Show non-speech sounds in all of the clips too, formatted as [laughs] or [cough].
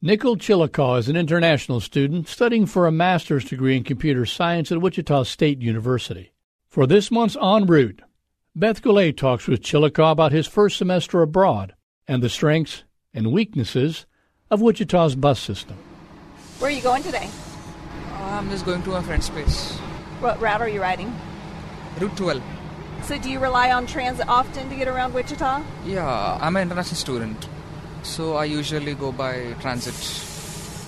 Nickel Chillicaw is an international student studying for a master's degree in computer science at Wichita State University. For this month's En route, Beth Goulet talks with Chillicaw about his first semester abroad and the strengths and weaknesses of Wichita's bus system. Where are you going today? I'm just going to a friend's place. What route are you riding? Route 12. So, do you rely on transit often to get around Wichita? Yeah, I'm an international student, so I usually go by transit.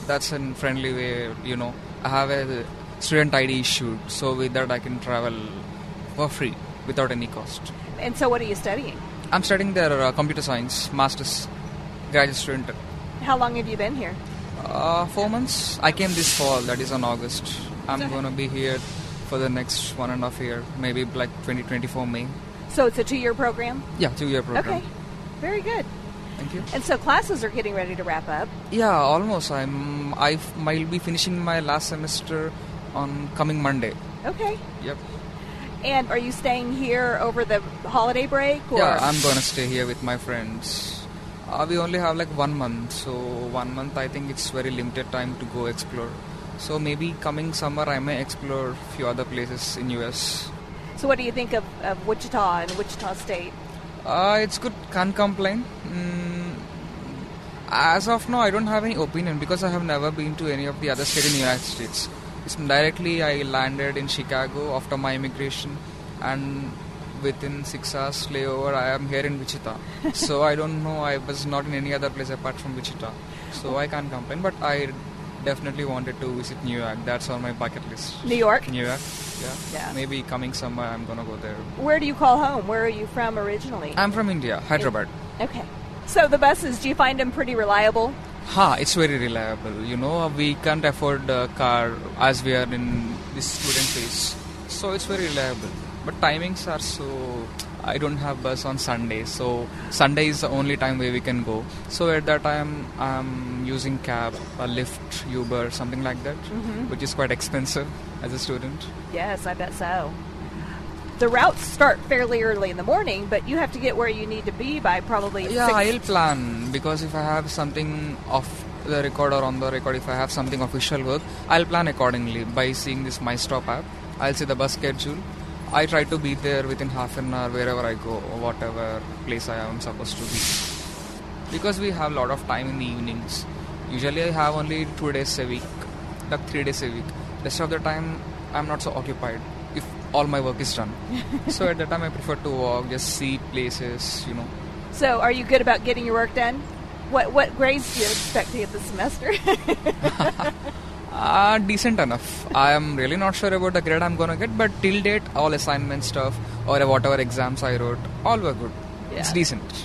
That's a friendly way, you know. I have a student ID issued, so with that I can travel for free without any cost. And so, what are you studying? I'm studying their uh, computer science master's graduate student. How long have you been here? Uh, four months. I came this fall, that is on August. I'm gonna be here for the next one and a half year, maybe like 2024 May. So, it's a two year program? Yeah, two year program. Okay, very good. Thank you. And so, classes are getting ready to wrap up. Yeah, almost. I'm. I will be finishing my last semester on coming Monday. Okay. Yep. And are you staying here over the holiday break? Or? Yeah, I'm gonna stay here with my friends. Uh, we only have like one month, so one month I think it's very limited time to go explore. So maybe coming summer I may explore few other places in US. So, what do you think of, of Wichita and Wichita State? Uh, it's good. Can't complain. Mm, as of now, I don't have any opinion because I have never been to any of the other state in the United States. It's directly I landed in Chicago after my immigration, and within six hours layover, I am here in Wichita. so I don't know. I was not in any other place apart from Wichita, so I can't complain. But I definitely wanted to visit New York. That's on my bucket list. New York? New York. Yeah. Yeah. Maybe coming summer, I'm gonna go there. Where do you call home? Where are you from originally? I'm from India, Hyderabad. Okay. So, the buses, do you find them pretty reliable? Ha, it's very reliable. You know, we can't afford a car as we are in this student phase, so it's very reliable. But timings are so. I don't have bus on Sunday, so Sunday is the only time where we can go. So at that time, I'm using cab, a Lyft, Uber, something like that, which is quite expensive as a student. Yes, I bet so. The routes start fairly early in the morning, but you have to get where you need to be by probably Yeah, six. I'll plan because if I have something off the record or on the record, if I have something official work, I'll plan accordingly by seeing this My Stop app. I'll see the bus schedule. I try to be there within half an hour wherever I go, or whatever place I am supposed to be. Because we have a lot of time in the evenings. Usually I have only two days a week, like three days a week. Rest of the time I'm not so occupied if all my work is done. so at that time I prefer to walk, just see places, you know. So, are you good about getting your work done? What what grades do you expect to get this semester? [laughs] Uh, decent enough. I am really not sure about the grade I'm gonna get, but till date, all assignment stuff or whatever exams I wrote, all were good. It's Yeah. decent.